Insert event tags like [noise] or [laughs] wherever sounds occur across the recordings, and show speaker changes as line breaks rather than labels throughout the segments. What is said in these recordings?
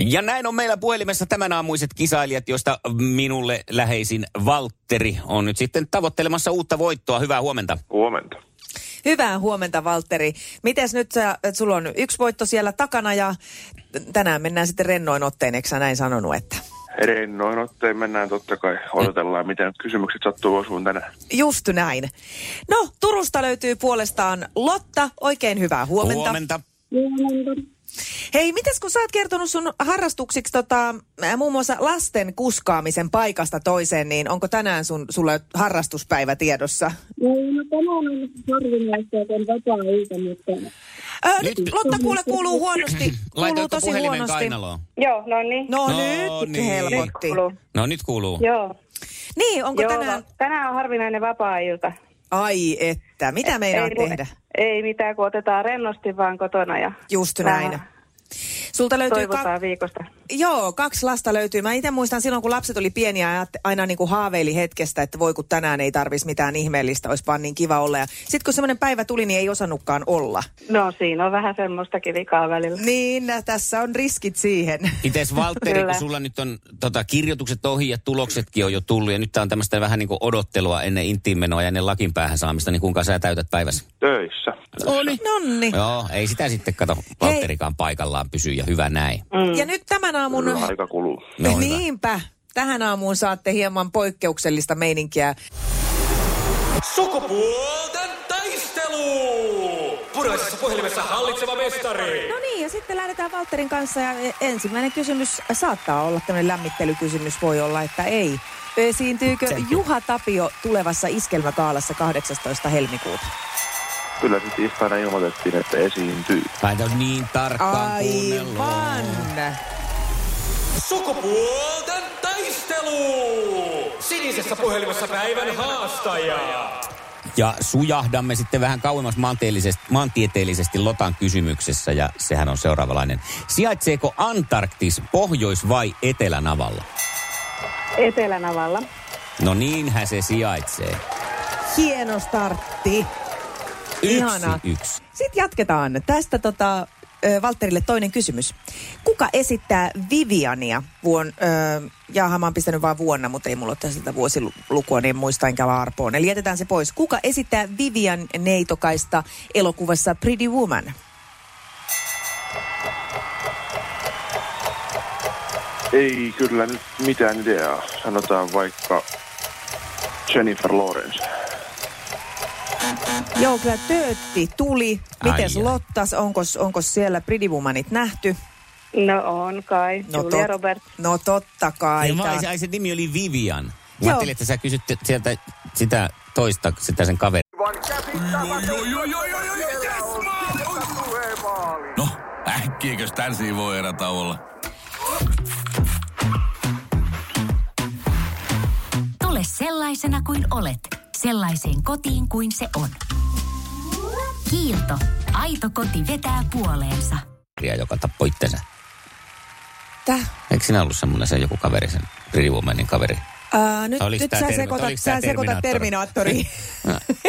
Ja näin on meillä puhelimessa tämän aamuiset kisailijat, joista minulle läheisin Valtteri on nyt sitten tavoittelemassa uutta voittoa. Hyvää huomenta.
Huomenta.
Hyvää huomenta, Valtteri. Mites nyt sä, et sulla on yksi voitto siellä takana ja t- tänään mennään sitten rennoin otteen, eikö sä näin sanonut, että?
Rennoin ottein mennään totta kai. Odotellaan, miten kysymykset sattuu osuun tänään.
Just näin. No, Turusta löytyy puolestaan Lotta. Oikein hyvää huomenta.
Huomenta.
Hei, mitäs kun sä oot kertonut sun harrastuksiksi tota, äh, muun muassa lasten kuskaamisen paikasta toiseen, niin onko tänään sun, sulla harrastuspäivä tiedossa?
No, no tänään on harvinaista, että on vapaa-ilta, mutta...
Ö,
Nyt-
nyt, Lotta kuule kuuluu huonosti. kuuluu
Laitoitko
tosi
puhelimen
huonosti.
kainaloon?
Joo, no niin.
No,
No
no nyt
niin.
niin. helpotti.
Kuuluu.
No nyt kuuluu.
Joo.
Niin, onko
Joo,
tänään...
tänään on harvinainen vapaa-ilta.
Ai että, mitä meinaat
mu-
tehdä?
Ei mitään, kun otetaan rennosti vaan kotona ja
Just
vähän
näin. Sulta löytyy
toivotaan viikosta.
Joo, kaksi lasta löytyy. Mä itse muistan silloin, kun lapset oli pieniä, ajat- aina niin kuin haaveili hetkestä, että voi kun tänään ei tarvitsisi mitään ihmeellistä, olisi vaan niin kiva olla. Sitten kun semmoinen päivä tuli, niin ei osannutkaan olla.
No siinä on vähän semmoistakin vikaa välillä.
Niin, nä- tässä on riskit siihen.
Mites Valtteri, kun
Kyllä.
sulla nyt on tota, kirjoitukset ohi ja tuloksetkin on jo tullut ja nyt tää on tämmöistä vähän niin kuin odottelua ennen intiimenoa ja ennen lakin päähän saamista, niin kuinka sä täytät päivässä?
Töissä.
Oli. Nonni.
Joo, ei sitä sitten kato Valtterikaan paikallaan pysy ja hyvä näin.
Mm.
Ja nyt tämän aamun...
Kyllä aika kuluu.
No hyvä.
Niinpä. Tähän aamuun saatte hieman poikkeuksellista meininkiä.
Sukupuolten taistelu! Puraisessa puhelimessa hallitseva mestari!
No niin, ja sitten lähdetään Valterin kanssa. Ja e- ensimmäinen kysymys saattaa olla tämmöinen lämmittelykysymys, voi olla, että ei. Esiintyykö Juha Tapio tulevassa iskelmäkaalassa 18. helmikuuta?
Kyllä sitten tiistaina ilmoitettiin, että esiintyy.
Laita niin tarkkaan kuunnellut.
Aivan!
Sukupuolten taistelu! Sinisessä puhelimessa päivän haastaja!
Ja sujahdamme sitten vähän kauemmas maantieteellisesti, maantieteellisesti Lotan kysymyksessä ja sehän on seuraavalainen. Sijaitseeko Antarktis pohjois- vai etelänavalla?
Etelänavalla.
No niinhän se sijaitsee.
Hieno startti!
Yksi,
Ihanaa.
yksi.
Sitten jatketaan. Tästä tota, ö, Valtterille toinen kysymys. Kuka esittää Viviania vuon... Ö, jaha, mä oon pistänyt vaan vuonna, mutta ei mulla ole tässä tätä vuosilukua, niin en muista enkä arpoon. Eli jätetään se pois. Kuka esittää Vivian neitokaista elokuvassa Pretty Woman?
Ei kyllä nyt mitään ideaa. Sanotaan vaikka Jennifer Lawrence.
Joo, kyllä Töötti tuli.
Ai
Mites
ai.
Lottas? Onko siellä Pretty Womanit nähty?
No on kai. No, Julia
tot-
Robert.
no totta kai.
Ai, mä,
Tää-
ai, se- ai se nimi oli Vivian. Mä
Joo.
ajattelin, että sä kysyt sieltä sitä toista, sitä sen kaveri.
No, äkkiäkös tän siivoo erätauolla?
Tule sellaisena kuin olet, sellaiseen kotiin kuin se on. Kiilto. Aito koti vetää puoleensa.
joka tappoi itsensä.
Tää-
Eikö sinä ollut semmoinen se joku kaveri, sen Pretty Womanin kaveri?
Ää, nyt
Oliks
nyt
tää
sä
termi-
sekoitat,
oliks tää
sä sekoitat
Terminaattori? No.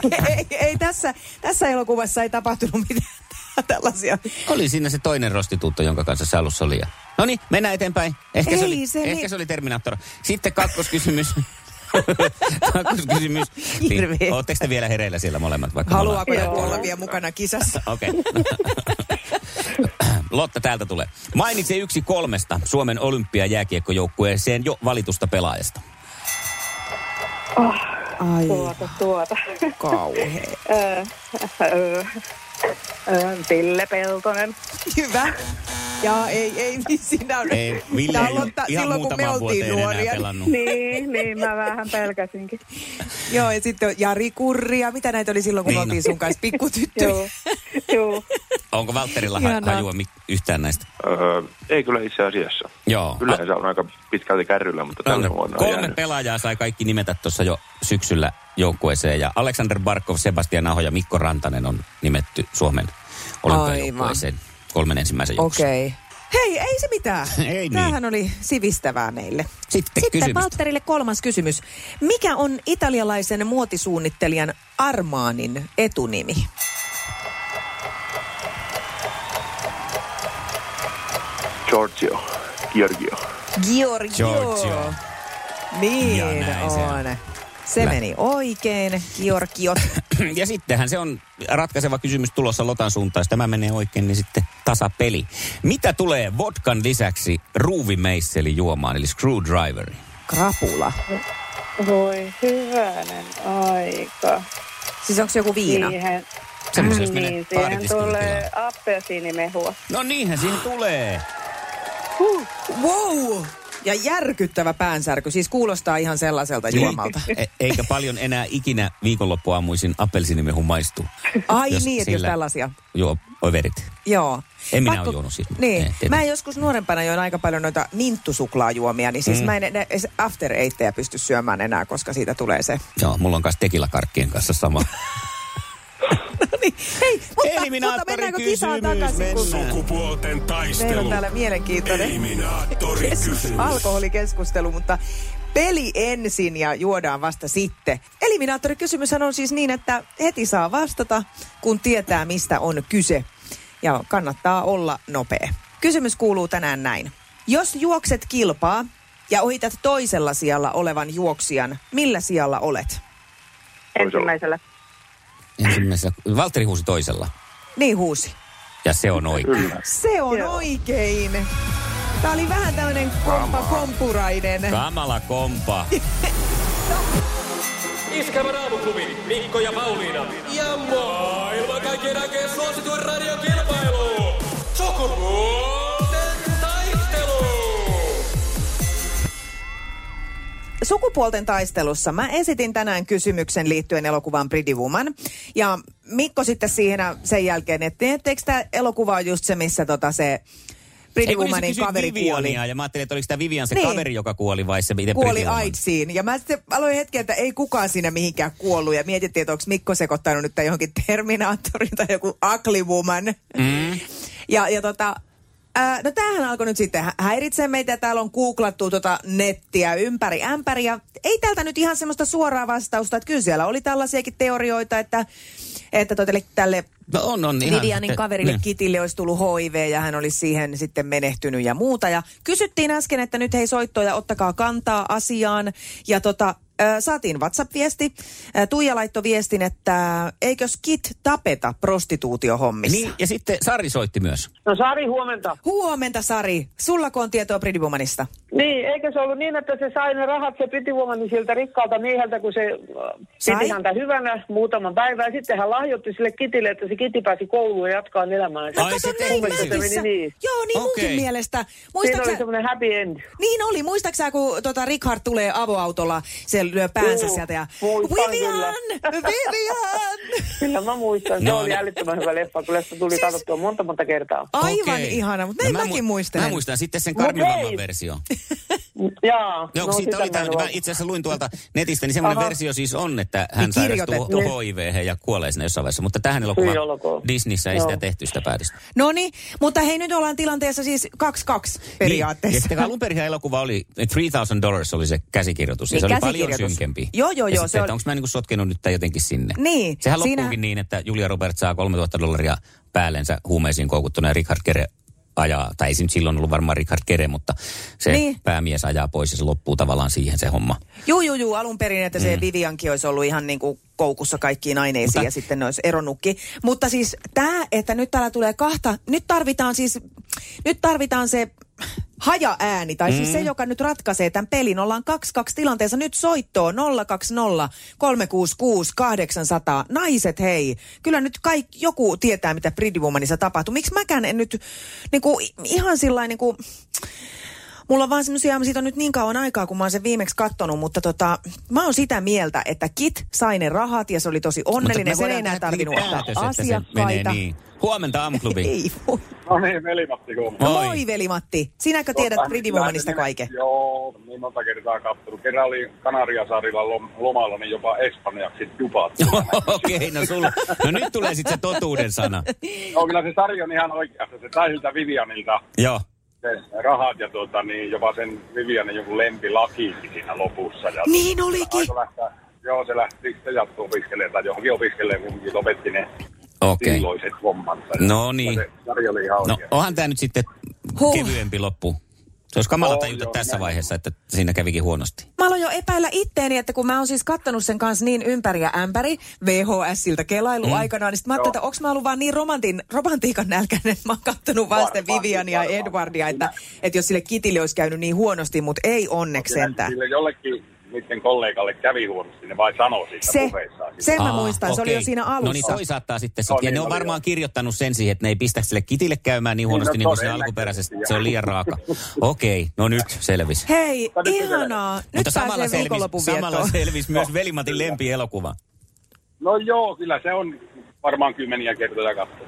Terminaattori.
[laughs]
[laughs] ei, ei tässä, tässä elokuvassa ei tapahtunut mitään [laughs] tällaisia.
Oli siinä se toinen rostituutto, jonka kanssa sä alussa oli. No niin, mennään eteenpäin. Ehkä, se,
Ei,
oli,
se
ehkä
mi-
se oli Terminaattor. Sitten kakkoskysymys. [laughs] kakkoskysymys.
Hirveetä.
Niin, ootteko te vielä hereillä siellä molemmat? Vaikka me
Haluaako
ollaan-
joku olla vielä mukana kisassa?
Okei. [laughs] Lotta täältä tulee. Mainitse yksi kolmesta Suomen olympiajääkiekkojoukkueeseen jo valitusta pelaajasta.
Ai
Tuota, tuota.
kauhea.
Öö, öö, öö, Ville Peltonen.
Hyvä. Ja ei, ei, niin siinä on.
Ei, Ville
Tää
ei
on
ole
Lotta-
ihan
silloin, kun me
muutamaan
oltiin
vuoteen enää
nuoria. niin-
pelannut.
Niin, niin mä vähän pelkäsinkin.
Joo, ja sitten on Jari Kurri ja mitä näitä oli silloin, kun me
Niin.
oltiin sun kanssa pikkutyttö.
Joo,
[laughs]
joo.
Onko Valtterilla ha-
Ihanaa.
hajua mi- yhtään näistä?
Öö, ei kyllä itse asiassa.
Joo.
Yleensä on aika pitkälti kärryllä, mutta tällä vuonna on
Kolme
jäänyt.
pelaajaa sai kaikki nimetä tuossa jo syksyllä joukkueeseen. Ja Aleksander Barkov, Sebastian Aho ja Mikko Rantanen on nimetty Suomen olympiajoukkueeseen kolmen ensimmäisen joukossa.
Okei. Hei, ei se mitään.
[laughs] Ei niin.
Tämähän oli sivistävää meille.
Sitten
Sitten
kysymystä.
Valtterille kolmas kysymys. Mikä on italialaisen muotisuunnittelijan Armaanin etunimi?
Giorgio. Giorgio.
Giorgio.
Giorgio. Ja
Niin
näin se on.
on. Se
Kyllä.
meni oikein,
[laughs]
Georgiot.
[clears throat] Ja sittenhän se on ratkaiseva kysymys tulossa Lotan suuntaan. Jos tämä menee oikein, niin sitten tasapeli. Mitä tulee vodkan lisäksi ruuvimeisseli juomaan, eli screwdriveri?
Krapula.
Voi hyvänen aika.
Siis onko se joku viina?
Siihen,
Semmoisen, jos menee
niin, siihen
baaritiskin
tulee
tilaan.
appelsiinimehua.
No niinhän siinä tulee.
Wow! Ja järkyttävä päänsärky. Siis kuulostaa ihan sellaiselta juomalta.
E- eikä paljon enää ikinä viikonloppuaamuisin appelsinimehun maistu.
Ai
Jos
niin, että jos
sillä-
tällaisia.
Joo, oiverit.
Joo.
En minä oo juonut siis, mutta ne,
Niin.
te-
mä joskus nuorempana join aika paljon noita minttusuklaajuomia, niin siis mm. mä en enää edes after eightejä pysty syömään enää, koska siitä tulee se. [laughs]
Joo, mulla on kanssa tekilakarkkien kanssa sama.
Niin, Hei, mutta, mutta
Eliminaattorin
mennäänkö kisaan
kysymys,
takaisin, kun
Sukupuolten
meillä
taistelu.
on täällä mielenkiintoinen
Eliminaattori
[laughs] kes- alkoholikeskustelu, mutta peli ensin ja juodaan vasta sitten. Eliminaattorikysymyshän on siis niin, että heti saa vastata, kun tietää mistä on kyse. Ja kannattaa olla nopea. Kysymys kuuluu tänään näin. Jos juokset kilpaa ja ohitat toisella sijalla olevan juoksijan, millä sijalla olet?
Ensimmäisellä.
Ensimmäisellä. Valtteri huusi toisella.
Niin huusi.
Ja se on oikein.
Se on
Joo.
oikein. Tämä oli vähän tämmöinen kompa kompurainen.
Kamala kompa.
Iskävän aamuklubi, Mikko ja Pauliina. Ja maailman kaikkien aikeen suosituen radiokilpailu. Sukupuolten taistelu.
Sukupuolten taistelussa mä esitin tänään kysymyksen liittyen elokuvaan Pretty Woman. Ja Mikko sitten siihen sen jälkeen, että etteikö tämä elokuva on just se, missä tota se Pretty
Ei, kun
Womanin
kysyi
kaveri kuoli.
Viviania, ja mä ajattelin, että oliko tämä Vivian se
Niin.
kaveri, joka kuoli vai se itse Pretty
Kuoli
Woman?
AIDSiin. Ja mä sitten aloin hetken, että ei kukaan siinä mihinkään kuollut. Ja mietittiin, että onko Mikko sekoittanut nyt tän johonkin Terminaattoriin tai joku Ugly Woman. Mm. Ja, ja tota, ää, No tämähän alkoi nyt sitten hä- häiritsee meitä. Täällä on googlattu tota nettiä ympäri ämpäriä. Ei täältä nyt ihan semmoista suoraa vastausta, että kyllä siellä oli tällaisiakin teorioita, että, että totelle, tälle
No on, on ihan.
Vivianin
että-
kaverille
niin.
Kitille olisi tullut HIV ja hän olisi siihen sitten menehtynyt ja muuta. Ja kysyttiin äsken, että nyt hei soittoja, ottakaa kantaa asiaan. Ja tota, äh, saatiin WhatsApp-viesti. Äh, Tuija laittoi viestin, että eikös Kit tapeta prostituutiohommissa.
Niin, ja sitten Sari soitti myös.
No Sari, huomenta.
Huomenta Sari, sullako on tietoa Pretty Womanista?
Niin, eikö se ollut niin, että se sai ne rahat se piti huomani siltä rikkaalta mieheltä, kun se äh,
Sai?
piti häntä hyvänä muutaman päivän. Ja sitten hän lahjoitti sille kitille, että se kiti pääsi kouluun ja jatkaa elämäänsä.
Ai, se
Kato,
tein
niin
sen.
mäkin sä-
Meni niin.
Joo, niin munkin
Okei.
mielestä.
Siinä oli
Muistaaksä,
semmoinen happy end.
Niin oli. Muistaaksä, kun tota Richard tulee avoautolla, se lyö päänsä
Juu,
sieltä ja...
muistan
Vivian!
kyllä.
Vivian!
Kyllä mä muistan. Se
No,
oli
no.
älyttömän hyvä leffa, kun leffa tuli
Siis-
siis... katsottua monta monta kertaa.
Aivan
Okei.
ihana, mutta näin
mä
no, mäkin
mu-
muistelen.
Mä muistan sitten sen
Mut
karmivamman
hei.
versio.
Jaa,
Joo, no, siitä
sitä
oli
mä en
tämän, mä
ole-
itse asiassa luin tuolta netistä, niin semmoinen
Aha.
versio siis on, että hän
Niin
sairastuu
kirjoitettu.
hiv ja kuolee siinä jossain vaiheessa. Mutta tähän
Hyi
elokuvaan
olkoon.
Disneyssä ei
Joo.
sitä tehty sitä päätöstä.
No niin, mutta hei nyt ollaan tilanteessa siis 2-2
Niin, ja
periaatteessa.
sitten alun perin elokuva oli, $3,000 dollars oli se käsikirjoitus, ja
Niin,
se oli paljon
käsikirjoitus.
synkempi.
Joo, joo,
ja
joo,
Sitten,
se
se
on-
että onko mä niinku sotkenut nyt tän jotenkin sinne.
Niin,
Sehän
siinä-
loppuukin niin, että Julia Roberts saa 3000 dollaria päällensä huumeisiin koukuttuna ja Richard Gere ajaa, tai ei se nyt silloin ollut varmaan Richard Gere, mutta se
Niin.
päämies ajaa pois ja se loppuu tavallaan siihen se homma.
Juu, juu, juu, alun perin, että se Viviankin olisi ollut ihan niin kuin koukussa kaikkiin aineisiin
Mutta-
ja sitten ne olisi eronnutkin. Mutta siis tämä, että nyt täällä tulee kahta, nyt tarvitaan siis, nyt tarvitaan se hajaääni, tai siis se, joka nyt ratkaisee tämän pelin. Ollaan 2-2 tilanteessa. Nyt soittoon 020 366 800. Naiset, hei. Kyllä nyt kaikki, joku tietää, mitä Pretty Womanissa tapahtuu. Miksi mäkään en nyt niin kuin, ihan sillä niin kuin, Mulla on vaan semmosia, siitä on nyt niin kauan aikaa, kun mä oon sen viimeksi kattonut, mutta tota, mä oon sitä mieltä, että Kit sai ne rahat ja se oli tosi onnellinen.
me
Sen ei
voidaan
enää
tehdä
tarvinnut
kuitenkin
ottaa
päätös, että se menee
asiakkaita.
niin. Huomenta aamuklubi.
Ei voi.
No niin, velimatti kun.
No
Moi.
moi veli-Matti, sinäkö tiedät Pretty Womanista kaiken?
Joo, niin monta kertaa kattonut. Kerran oli Kanariasaarilla lom- lomalla, niin jopa espanjaksi jupat.
[laughs] Okei, okay, no sulla. No nyt tulee sitten se totuuden
[laughs]
sana.
Joo, kyllä se sarja on ihan oikeassa. Se sai siltä Vivianilta
Joo.
se rahat ja tuota, niin jopa sen Vivianin joku lempilakikin siinä lopussa. Ja
Niin olikin.
Aiko lähtää, joo, se lähti, se jatkuu opiskelemaan tai johonkin opiskelemaan, kun lopetti ne
Okei. Okay.
silloiset hommat.
No niin.
Se sarja oli ihan
No
oikeassa.
onhan tämä nyt sitten
Huh.
kevyempi loppu Se olisi kamala
On,
tajuta
joo,
tässä
näin.
vaiheessa, että siinä kävikin huonosti.
Mä aloin jo epäillä itteeni, että kun mä oon siis kattonut sen kanssa niin ympäri ja ämpäri, VHS-siltä kelailu mm. aikanaan, niin sit mä ajattelin, että onko mä ollut vaan niin romantin, romantiikan nälkäinen, että mä oon kattonut vaan sitä
Varmasti,
Vivian ja
varmasti.
Edwardia, että, että jos sille kitille olisi käynyt niin huonosti, mutta ei onneksi sentään.
Sille jollekin niiden kollegalle kävi huonosti, ne vain sanoi siitä
Se,
puheessaan.
sen mä
Aa,
muistan, se oli jo
okei.
siinä
No niin,
alussa.
toi saattaa sitten
No
sotkia.
niin,
ne on
no niin,
varmaan
joo.
kirjoittanut sen siihen, että ne ei pistä sille kitille käymään niin huonosti
no
niin, kuin se
todennäköisesti,
alkuperäisesti.
joo.
Se on liian
[laughs]
raaka. Okei, no nyt selvis.
Hei,
Mutta nyt
ihanaa. Nyt
Mutta samalla
pääsee viikonlopun
selvis, samalla
viettoon.
selvis myös Velimatin lempielokuva.
No joo, kyllä se on varmaan kymmeniä kertoja katsottu.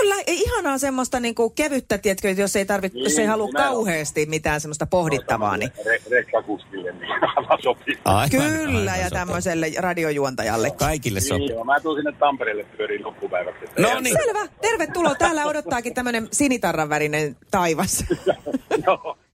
Kyllä, ei- ihanaa semmoista niinku kevyttä, tiedätkö, että jos ei, tarvitse, jos ei
Niin,
halua
nimenomaan.
kauheasti mitään semmoista pohdittavaa, niin
Re- Rekkakuskille, niin [laughs] aivan sopii.
Aivan,
Kyllä,
aivan
ja
sopii.
tämmöiselle radiojuontajalle.
Kaikille
Niin,
sopii.
joo, mä tuun sinne Tampereelle pyöriin loppupäiväksi. että
No
ei-
niin.
Selvä, tervetuloa. Täällä odottaakin tämmöinen sinitarran värinen taivas.
[laughs] joo.